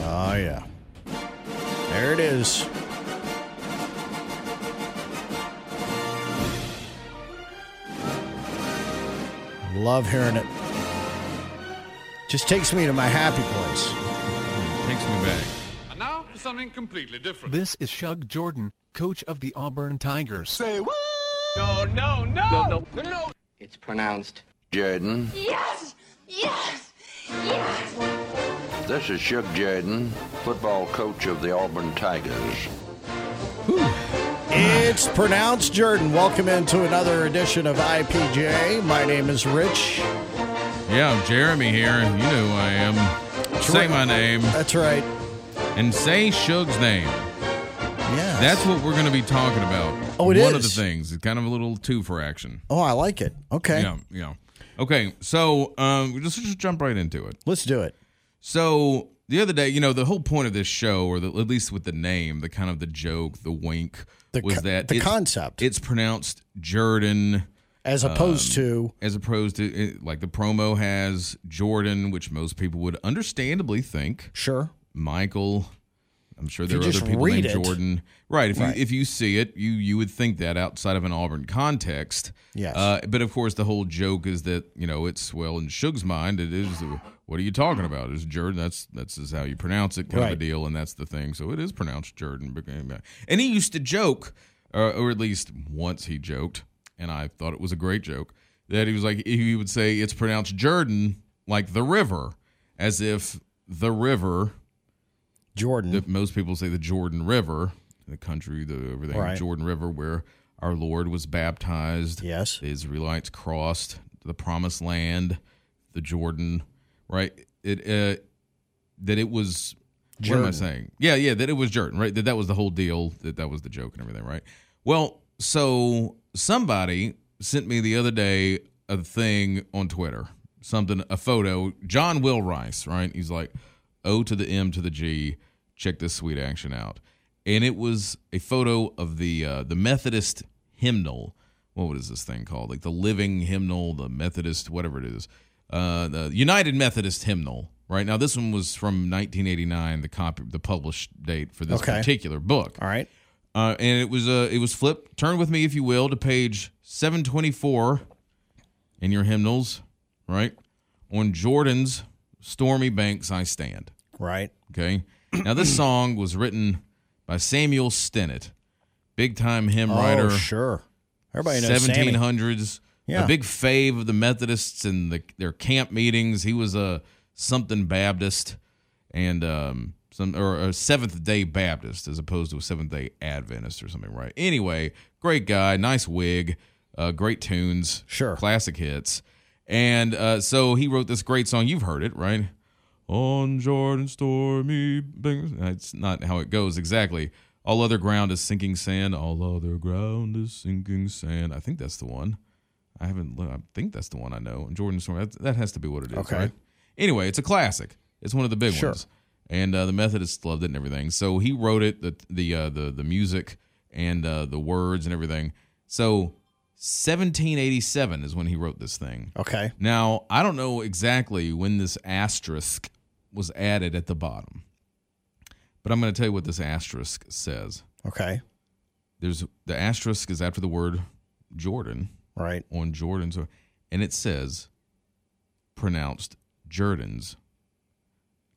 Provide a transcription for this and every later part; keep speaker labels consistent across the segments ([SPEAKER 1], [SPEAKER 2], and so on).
[SPEAKER 1] Oh, yeah. There it is. Love hearing it. Just takes me to my happy place.
[SPEAKER 2] Takes me back.
[SPEAKER 3] And now for something completely different.
[SPEAKER 4] This is Shug Jordan, coach of the Auburn Tigers.
[SPEAKER 3] Say what? No, no, no, no, no, no.
[SPEAKER 5] It's pronounced
[SPEAKER 6] Jaden.
[SPEAKER 7] Yes! Yes! Yes!
[SPEAKER 6] This is Shug Jaden, football coach of the Auburn Tigers.
[SPEAKER 1] It's pronounced Jordan. Welcome into another edition of IPJ. My name is Rich.
[SPEAKER 2] Yeah, I'm Jeremy here. You know who I am. Say my name
[SPEAKER 1] That's right.
[SPEAKER 2] and say Shug's name.
[SPEAKER 1] Yeah.
[SPEAKER 2] That's what we're going to be talking about.
[SPEAKER 1] Oh, it
[SPEAKER 2] One of the
[SPEAKER 1] is.
[SPEAKER 2] things. It's kind of a little two for action.
[SPEAKER 1] Oh, I like it. Okay.
[SPEAKER 2] Yeah, yeah. Okay, so um, let's just jump right into it.
[SPEAKER 1] Let's do it.
[SPEAKER 2] So the other day, you know, the whole point of this show, or the, at least with the name, the kind of the joke, the wink,
[SPEAKER 1] The
[SPEAKER 2] was
[SPEAKER 1] co-
[SPEAKER 2] that
[SPEAKER 1] the
[SPEAKER 2] it's-
[SPEAKER 1] concept.
[SPEAKER 2] It's pronounced Jordan,
[SPEAKER 1] As
[SPEAKER 2] Um,
[SPEAKER 1] opposed to
[SPEAKER 2] as opposed to it, like the promo has Jordan, which most people would understandably think
[SPEAKER 1] sure.
[SPEAKER 2] Michael. I'm sure there
[SPEAKER 1] you
[SPEAKER 2] are
[SPEAKER 1] just
[SPEAKER 2] other people
[SPEAKER 1] read
[SPEAKER 2] named
[SPEAKER 1] it.
[SPEAKER 2] Jordan. Right. If
[SPEAKER 1] Right.
[SPEAKER 2] you if you see it, you you would think that outside of an Auburn context.
[SPEAKER 1] Yes.
[SPEAKER 2] Uh, but of course, the whole joke is that you know it's well in Suge's mind. It is. What are you talking about? It's Jordan. That's that's is how you pronounce it, kind of
[SPEAKER 1] Right.
[SPEAKER 2] a deal, and that's the thing. So it is pronounced Jordan. but- And he used to joke, uh, or at least once he joked, and I thought it was a great joke that he was like he would say it's pronounced Jordan like the river, as if the river
[SPEAKER 1] Jordan.
[SPEAKER 2] the, most people say the Jordan River, the country, the everything,
[SPEAKER 1] Right.
[SPEAKER 2] Jordan River, where our Lord was baptized.
[SPEAKER 1] yes.
[SPEAKER 2] The Israelites crossed the Promised Land, the Jordan, right? It uh, that it was. What am I
[SPEAKER 1] Jordan.
[SPEAKER 2] saying? Yeah, yeah, that it was Jordan, right? That that was the whole deal. That that was the joke and everything, right? Well, so somebody sent me the other day a thing on Twitter, something, a photo. John Will Rice, right? He's like O to the M to the G. Check this sweet action out, and it was a photo of the uh, the Methodist hymnal. What is this thing called? Like the Living Hymnal, the Methodist, whatever it is, uh, the United Methodist Hymnal. Right now, this one was from 1989, the copy, the published date for this
[SPEAKER 1] Okay.
[SPEAKER 2] particular book.
[SPEAKER 1] All right.
[SPEAKER 2] Uh, and it was uh, it was flipped. Turn with me, if you will, to page 724 in your hymnals, right? On Jordan's stormy banks I stand.
[SPEAKER 1] Right.
[SPEAKER 2] Okay. Now this song was written by Samuel Stennett, big time hymn
[SPEAKER 1] Oh,
[SPEAKER 2] writer,
[SPEAKER 1] sure. Everybody knows
[SPEAKER 2] seventeen
[SPEAKER 1] 1700.
[SPEAKER 2] hundreds.
[SPEAKER 1] Yeah.
[SPEAKER 2] A big fave of the Methodists and the, their camp meetings. He was a something Baptist and um some or a Seventh Day Baptist as opposed to a Seventh Day Adventist or something, right? Anyway, great guy, nice wig, uh, great tunes,
[SPEAKER 1] Sure.
[SPEAKER 2] classic hits, and uh, so he wrote this great song. You've heard it, right? On Jordan stormy banks. That's not how it goes exactly. All other ground is sinking sand. All other ground is sinking sand. I think that's the one. I haven't. looked. I think that's the one I know. Jordan Storm. That, that has to be what it is,
[SPEAKER 1] Okay.
[SPEAKER 2] right? Anyway, it's a classic. It's one of the big
[SPEAKER 1] Sure.
[SPEAKER 2] ones, and uh, the Methodists loved it and everything. So he wrote it, the the uh, the the music and uh, the words and everything. So 1787 is when he wrote this thing.
[SPEAKER 1] Okay.
[SPEAKER 2] Now I don't know exactly when this asterisk was added at the bottom, but I'm going to tell you what this asterisk says.
[SPEAKER 1] Okay.
[SPEAKER 2] There's the asterisk is after the word Jordan
[SPEAKER 1] Right.
[SPEAKER 2] on Jordan's, and it says pronounced Jordan's.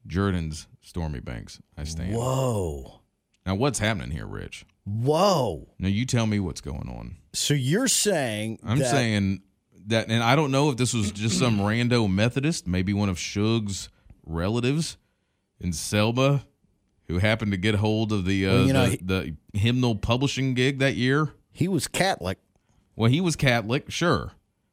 [SPEAKER 2] Jordan's Stormy Banks. I stand.
[SPEAKER 1] Whoa.
[SPEAKER 2] Now, what's happening here, Rich?
[SPEAKER 1] Whoa.
[SPEAKER 2] Now, you tell me what's going on.
[SPEAKER 1] So you're saying
[SPEAKER 2] I'm
[SPEAKER 1] that-
[SPEAKER 2] saying that, and I don't know if this was just some rando Methodist, maybe one of Suge's relatives in Selma, who happened to get hold of the uh,
[SPEAKER 1] Well, you know,
[SPEAKER 2] the, the hymnal publishing gig that year.
[SPEAKER 1] he was Catholic.
[SPEAKER 2] Well, he was Catholic, sure,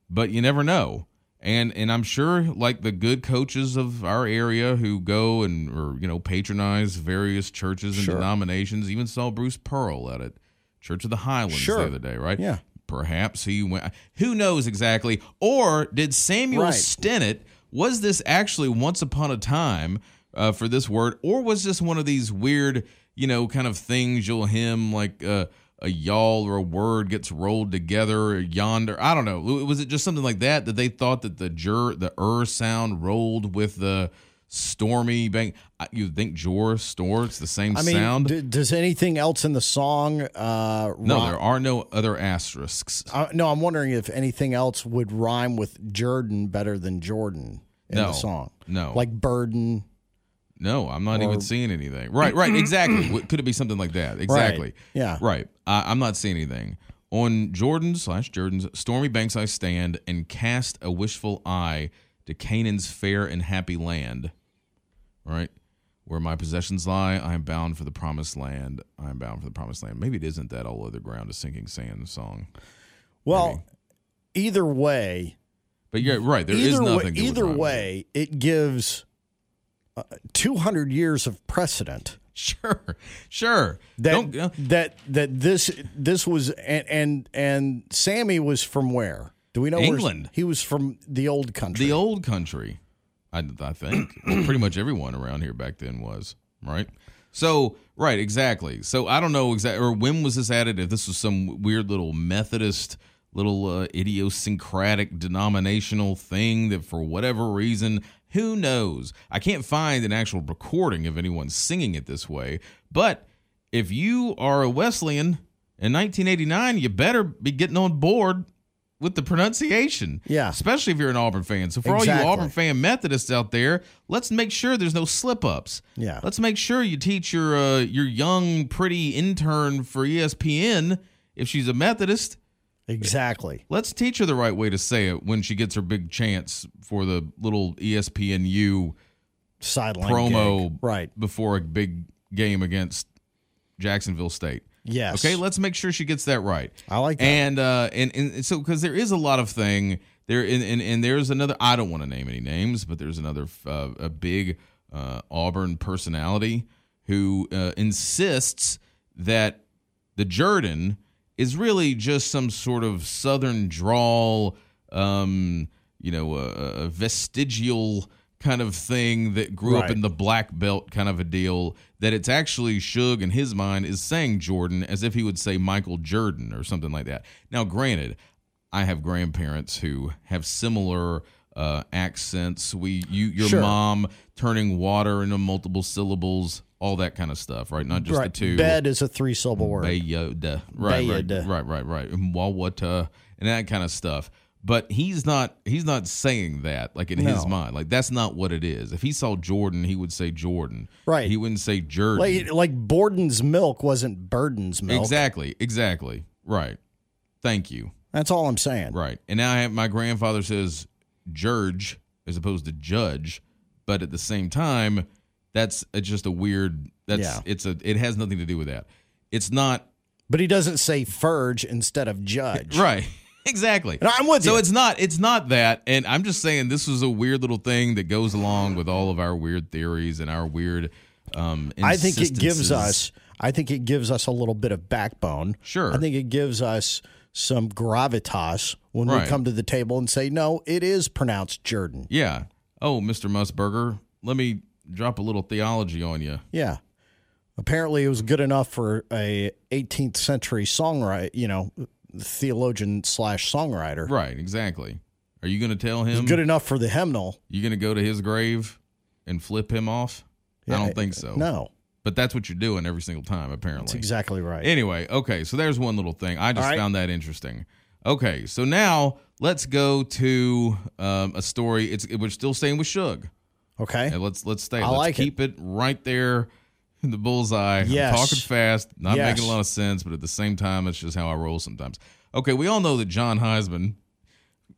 [SPEAKER 2] but you never know. And and I'm sure like the good coaches of our area who go and or you know patronize various churches and
[SPEAKER 1] Sure.
[SPEAKER 2] denominations even saw Bruce Pearl at a Church of the Highlands
[SPEAKER 1] Sure.
[SPEAKER 2] the other day, right?
[SPEAKER 1] Yeah.
[SPEAKER 2] Perhaps he went. Who knows exactly? Or did Samuel
[SPEAKER 1] Right.
[SPEAKER 2] Stennett? Was this actually once upon a time uh, for this word, or was this one of these weird, you know, kind of things you'll him like uh, a y'all or a word gets rolled together or yonder? I don't know. Was it just something like that that they thought that the jur the er sound rolled with the stormy bang. I- You think Jor Store? It's the same
[SPEAKER 1] I mean,
[SPEAKER 2] sound.
[SPEAKER 1] d- does anything else in the song? Uh,
[SPEAKER 2] no,
[SPEAKER 1] rhy-
[SPEAKER 2] there are no other asterisks.
[SPEAKER 1] Uh, no, I'm wondering if anything else would rhyme with Jordan better than Jordan in
[SPEAKER 2] No,
[SPEAKER 1] the song.
[SPEAKER 2] no.
[SPEAKER 1] like burden.
[SPEAKER 2] No, I'm not even seeing anything. Right, right, exactly. What- Could it be something like that? Exactly.
[SPEAKER 1] yeah.
[SPEAKER 2] Right. I, I'm not seeing anything. On Jordan slash Jordan's stormy banks, I stand and cast a wishful eye to Canaan's fair and happy land. All right. Where my possessions lie, I am bound for the promised land. I am bound for the promised land. Maybe it isn't that all over the ground, a sinking sand song.
[SPEAKER 1] Well, either way,
[SPEAKER 2] But you're right. There is
[SPEAKER 1] either way,
[SPEAKER 2] nothing. that would
[SPEAKER 1] either
[SPEAKER 2] rhyme with it.
[SPEAKER 1] way, it gives uh, 200 years of precedent
[SPEAKER 2] Sure. Sure.
[SPEAKER 1] that
[SPEAKER 2] Don't, uh,
[SPEAKER 1] that that this this was and and and Sammy was from where? Do we know where-
[SPEAKER 2] England.
[SPEAKER 1] he was from the old country.
[SPEAKER 2] The old country, I, I think. pretty much everyone around here back then was, right? So, right, exactly. So, I don't know exactly, or when was this added? If this was some weird little Methodist, little uh, idiosyncratic denominational thing that for whatever reason, who knows? I can't find an actual recording of anyone singing it this way. But if you are a Wesleyan in 1989, you better be getting on board with the pronunciation.
[SPEAKER 1] Yeah.
[SPEAKER 2] Especially if you're an Auburn fan. So for all you
[SPEAKER 1] Exactly.
[SPEAKER 2] Auburn fan Methodists out there, let's make sure there's no slip ups.
[SPEAKER 1] Yeah.
[SPEAKER 2] Let's make sure you teach your uh, your young pretty intern for E ESPN if she's a Methodist.
[SPEAKER 1] exactly.
[SPEAKER 2] Let's teach her the right way to say it when she gets her big chance for the little E ESPNU
[SPEAKER 1] Sideline
[SPEAKER 2] promo
[SPEAKER 1] gig. Right.
[SPEAKER 2] before a big game against Jacksonville State.
[SPEAKER 1] Yes.
[SPEAKER 2] Okay, let's make sure she gets that right.
[SPEAKER 1] I like that.
[SPEAKER 2] And uh and, and so because there is a lot of thing there and, and, and there's another I don't want to name any names, but there's another uh, a big uh, Auburn personality who uh, insists that the Jordan is really just some sort of southern drawl, um, you know, a, a vestigial kind of thing that grew up
[SPEAKER 1] Right.
[SPEAKER 2] in the black belt kind of a deal. That it's actually Suge in his mind is saying Jordan as if he would say Michael Jordan or something like that. Now, granted, I have grandparents who have similar. Uh, accents. We, you, your
[SPEAKER 1] Sure.
[SPEAKER 2] mom turning water into multiple syllables, all that kind of stuff, right? Not just
[SPEAKER 1] right.
[SPEAKER 2] the two.
[SPEAKER 1] Bed is a three syllable word.
[SPEAKER 2] Bayoda. Right,
[SPEAKER 1] Bayoda.
[SPEAKER 2] right, right, right, right. And Wawata and that kind of stuff. But he's not he's not saying that like in his
[SPEAKER 1] No.
[SPEAKER 2] mind. Like that's not what it is. If he saw Jordan, he would say Jordan.
[SPEAKER 1] Right.
[SPEAKER 2] He wouldn't say Jordan.
[SPEAKER 1] Like, like Borden's milk wasn't Burden's milk.
[SPEAKER 2] exactly. Exactly. Right. Thank you.
[SPEAKER 1] That's all I'm saying.
[SPEAKER 2] Right. And now I have, my grandfather says George as opposed to judge, but at the same time, that's uh, just a weird that's
[SPEAKER 1] Yeah.
[SPEAKER 2] it's a it has nothing to do with that. It's not
[SPEAKER 1] But he doesn't say Ferge instead of Judge.
[SPEAKER 2] Right. Exactly.
[SPEAKER 1] And I'm with
[SPEAKER 2] so
[SPEAKER 1] you.
[SPEAKER 2] it's not it's not that. And I'm just saying this was a weird little thing that goes along with all of our weird theories and our weird um
[SPEAKER 1] I think it gives
[SPEAKER 2] insistences.
[SPEAKER 1] us. I think it gives us a little bit of backbone.
[SPEAKER 2] Sure.
[SPEAKER 1] I think it gives us some gravitas when
[SPEAKER 2] Right.
[SPEAKER 1] we come to the table and say, no, it is pronounced Jordan.
[SPEAKER 2] Yeah. Oh, Mr. Musburger, let me drop a little theology on you.
[SPEAKER 1] Yeah. Apparently, it was good enough for a 18th century songwriter, you know, theologian slash songwriter.
[SPEAKER 2] Right, exactly. Are you going to tell
[SPEAKER 1] It
[SPEAKER 2] him
[SPEAKER 1] was good enough for the hymnal.
[SPEAKER 2] you going to go to his grave and flip him off? I don't think so.
[SPEAKER 1] No,
[SPEAKER 2] But that's what you're doing every single time apparently.
[SPEAKER 1] that's exactly right.
[SPEAKER 2] Anyway, okay, so there's one little thing. I just
[SPEAKER 1] All right.
[SPEAKER 2] found that interesting. Okay, so now let's go to um, a story. It's it, we're still staying with Suge.
[SPEAKER 1] okay.
[SPEAKER 2] And let's let's stay.
[SPEAKER 1] I
[SPEAKER 2] let's
[SPEAKER 1] like it.
[SPEAKER 2] keep it. right there in the bullseye. I'm
[SPEAKER 1] Yes.
[SPEAKER 2] talking fast, not
[SPEAKER 1] Yes.
[SPEAKER 2] making a lot of sense, but at the same time, it's just how I roll sometimes. Okay, we all know that John Heisman.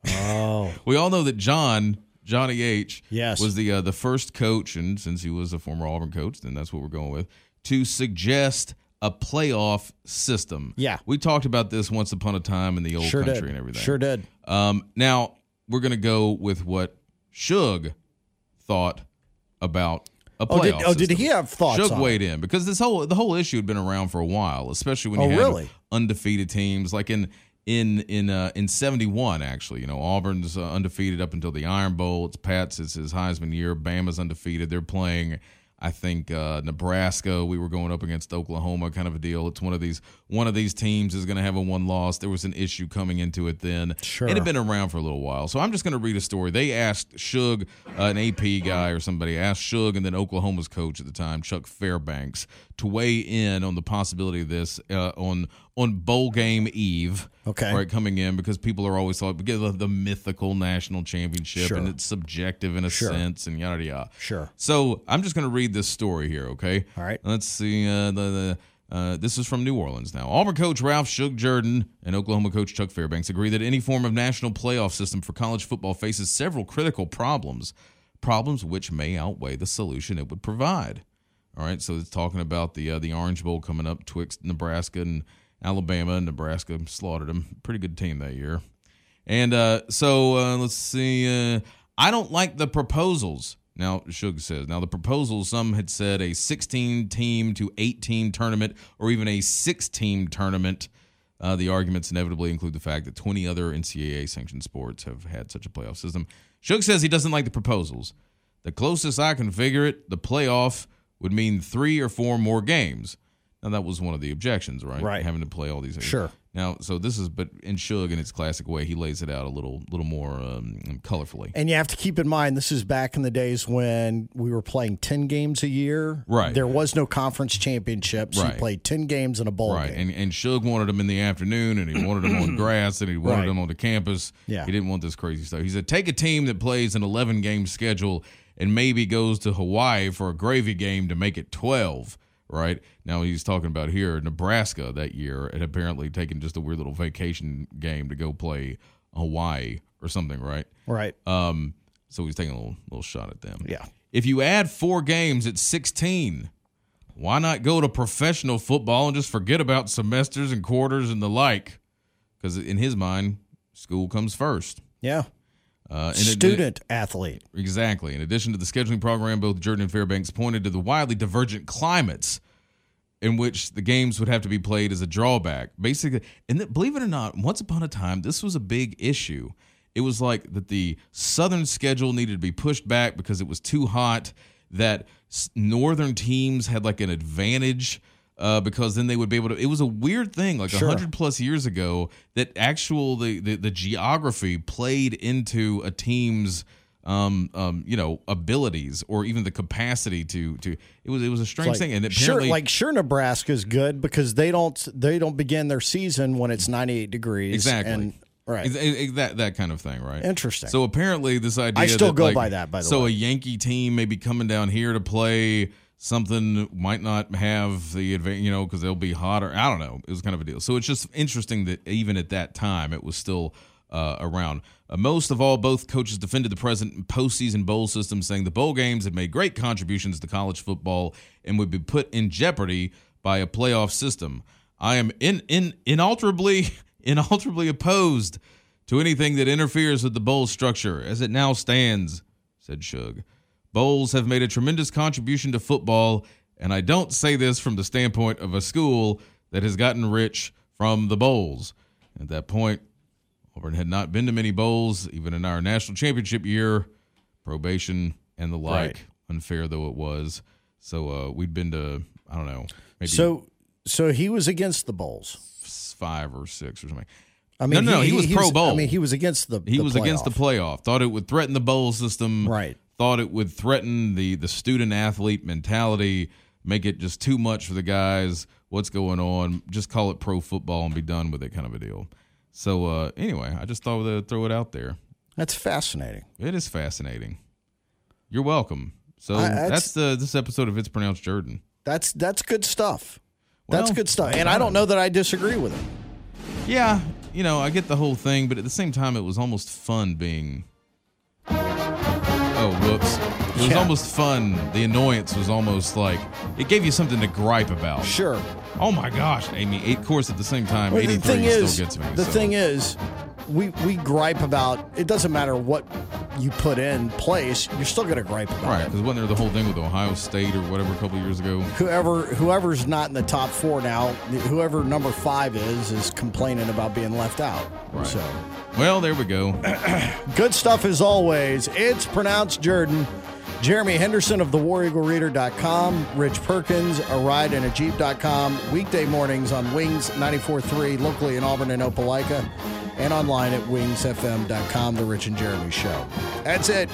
[SPEAKER 1] Oh,
[SPEAKER 2] We all know that John Johnny H.
[SPEAKER 1] Yes.
[SPEAKER 2] was the uh, the first coach, and since he was a former Auburn coach, then that's what we're going with to suggest a playoff system.
[SPEAKER 1] Yeah.
[SPEAKER 2] we talked about this once upon a time in the old
[SPEAKER 1] sure
[SPEAKER 2] country
[SPEAKER 1] did.
[SPEAKER 2] and everything.
[SPEAKER 1] Sure did.
[SPEAKER 2] Um, now we're gonna go with what Suge thought about a playoff.
[SPEAKER 1] Oh, did, oh, did
[SPEAKER 2] system.
[SPEAKER 1] he have thoughts?
[SPEAKER 2] Shug
[SPEAKER 1] on it?
[SPEAKER 2] weighed in because this whole the whole issue had been around for a while, especially when you
[SPEAKER 1] Oh,
[SPEAKER 2] had
[SPEAKER 1] really?
[SPEAKER 2] undefeated teams like in in in uh, in '71. Actually, you know Auburn's uh, undefeated up until the Iron Bowl. It's Pat's. It's his Heisman year. Bama's undefeated. They're playing. I think uh, Nebraska. We were going up against Oklahoma, kind of a deal. It's one of these one of these teams is going to have a one loss. There was an issue coming into it then.
[SPEAKER 1] Sure.
[SPEAKER 2] it had been around for a little while. So I'm just going to read a story. They asked Shug, uh, an AP guy or somebody, asked Shug and then Oklahoma's coach at the time, Chuck Fairbanks, to weigh in on the possibility of this uh, on on bowl game eve.
[SPEAKER 1] Okay.
[SPEAKER 2] right coming in because people are always thought because of the mythical national championship
[SPEAKER 1] Sure.
[SPEAKER 2] and it's subjective in a
[SPEAKER 1] Sure.
[SPEAKER 2] sense and yada yada.
[SPEAKER 1] Sure.
[SPEAKER 2] So I'm just going to read this story here, okay?
[SPEAKER 1] All right.
[SPEAKER 2] Let's see. Uh, the, the uh, this is from New Orleans now. Auburn coach Ralph Shug Jordan and Oklahoma coach Chuck Fairbanks agree that any form of national playoff system for college football faces several critical problems, problems which may outweigh the solution it would provide. All right, so it's talking about the uh, the Orange Bowl coming up twixt Nebraska and Alabama. Nebraska slaughtered them. Pretty good team that year. And uh, so uh, let's see. Uh, I don't like the proposals. Now, Suge says, now the proposals, some had said a 16 team to 18 tournament or even a six team tournament. Uh, the arguments inevitably include the fact that 20 other NCAA sanctioned sports have had such a playoff system. Suge says he doesn't like the proposals. The closest I can figure it, the playoff would mean three or four more games. Now, that was one of the objections, right?
[SPEAKER 1] Right.
[SPEAKER 2] Having to play all these.
[SPEAKER 1] Sure.
[SPEAKER 2] Now, so this is, but in Suge, in its classic way, he lays it out a little, little more um, colorfully.
[SPEAKER 1] And you have to keep in mind, this is back in the days when we were playing 10 games a year.
[SPEAKER 2] Right.
[SPEAKER 1] There was no conference championship, so
[SPEAKER 2] Right.
[SPEAKER 1] you played 10 games in a bowl
[SPEAKER 2] Right,
[SPEAKER 1] game.
[SPEAKER 2] and and Suge wanted him in the afternoon, and he wanted him on grass, and he wanted
[SPEAKER 1] Right.
[SPEAKER 2] him on the campus.
[SPEAKER 1] Yeah.
[SPEAKER 2] he didn't want this crazy stuff. He said, "Take a team that plays an eleven game schedule, and maybe goes to Hawaii for a gravy game to make it twelve. Right now, he's talking about here Nebraska that year, and apparently taking just a weird little vacation game to go play Hawaii or something. Right,
[SPEAKER 1] right.
[SPEAKER 2] Um, so he's taking a little, little shot at them.
[SPEAKER 1] Yeah.
[SPEAKER 2] If you add four games, it's 16. Why not go to professional football and just forget about semesters and quarters and the like? Because in his mind, school comes first.
[SPEAKER 1] yeah.
[SPEAKER 2] Uh, in addi-
[SPEAKER 1] Student athlete.
[SPEAKER 2] Exactly. In addition to the scheduling program, both Jordan and Fairbanks pointed to the widely divergent climates in which the games would have to be played as a drawback. Basically, and that, believe it or not, once upon a time, this was a big issue. It was like that the southern schedule needed to be pushed back because it was too hot. That s- northern teams had like an advantage uh, because then they would be able to. It was a weird thing, like a
[SPEAKER 1] Sure.
[SPEAKER 2] hundred plus years ago, that actual the, the the geography played into a team's um um you know abilities or even the capacity to to it was it was a strange thing and
[SPEAKER 1] sure,
[SPEAKER 2] apparently
[SPEAKER 1] like sure, Nebraska's good because they don't they don't begin their season when it's 98 degrees.
[SPEAKER 2] Exactly.
[SPEAKER 1] And, right.
[SPEAKER 2] Ex- ex- that that kind of thing, right?
[SPEAKER 1] Interesting.
[SPEAKER 2] So apparently, this idea.
[SPEAKER 1] I still
[SPEAKER 2] that,
[SPEAKER 1] go
[SPEAKER 2] like,
[SPEAKER 1] by that, by the
[SPEAKER 2] so
[SPEAKER 1] way.
[SPEAKER 2] a Yankee team may be coming down here to play something might not have the advantage, you know, because they'll be hotter. I don't know. It was kind of a deal. So it's just interesting that even at that time, it was still. Uh, around. Uh, most of all, both coaches defended the present postseason bowl system, saying the bowl games had made great contributions to college football and would be put in jeopardy by a playoff system. I am in, in inalterably inalterably opposed to anything that interferes with the bowl structure as it now stands, said Shug. Bowls have made a tremendous contribution to football, and I don't say this from the standpoint of a school that has gotten rich from the bowls. At that point, Auburn had not been to many bowls, even in our national championship year, probation and the like.
[SPEAKER 1] Right.
[SPEAKER 2] Unfair though it was. So uh, we'd been to, I don't know, maybe
[SPEAKER 1] so so he was against the bowls.
[SPEAKER 2] five or six or something.
[SPEAKER 1] I mean,
[SPEAKER 2] no, no, he was pro bowl.
[SPEAKER 1] I mean, he was against the.
[SPEAKER 2] He
[SPEAKER 1] the
[SPEAKER 2] was against the
[SPEAKER 1] playoff.
[SPEAKER 2] playoff. Thought it would threaten the bowl system.
[SPEAKER 1] Right.
[SPEAKER 2] Thought it would threaten the the student athlete mentality. Make it just too much for the guys. What's going on? Just call it pro football and be done with it, kind of a deal. So uh, anyway, I just thought I'd throw it out there.
[SPEAKER 1] That's fascinating.
[SPEAKER 2] It is fascinating. You're welcome. So
[SPEAKER 1] I- that's-
[SPEAKER 2] that's, the this episode of It's Pronounced Jordan.
[SPEAKER 1] That's that's good stuff. that's
[SPEAKER 2] Well,
[SPEAKER 1] good stuff.
[SPEAKER 2] I
[SPEAKER 1] And I
[SPEAKER 2] don't
[SPEAKER 1] don't know that I disagree with it.
[SPEAKER 2] Yeah, you know, I get the whole thing, but at the same time, it was almost fun being. Oh, whoops. It was
[SPEAKER 1] Yeah.
[SPEAKER 2] almost fun. The annoyance was almost like it gave you something to gripe about.
[SPEAKER 1] Sure.
[SPEAKER 2] Oh my gosh, Amy, eight course at the same time.
[SPEAKER 1] Well,
[SPEAKER 2] 83
[SPEAKER 1] the thing
[SPEAKER 2] still
[SPEAKER 1] is,
[SPEAKER 2] gets me.
[SPEAKER 1] the
[SPEAKER 2] so.
[SPEAKER 1] thing is, we we gripe about. It doesn't matter what you put in place. You're still going to gripe about
[SPEAKER 2] Right,
[SPEAKER 1] it.
[SPEAKER 2] because wasn't there the whole thing with Ohio State or whatever a couple years ago?
[SPEAKER 1] Whoever whoever's not in the top four now, whoever number five is, is complaining about being left out.
[SPEAKER 2] Right.
[SPEAKER 1] So
[SPEAKER 2] Well, there we go.
[SPEAKER 1] good stuff as always. It's pronounced Jordan. Jeremy Henderson of thewareaglereader.com, Rich Perkins, a ride in a jeep.com, weekday mornings on Wings 94.3, locally in Auburn and Opelika, and online at wingsfm.com, The Rich and Jeremy Show. That's it.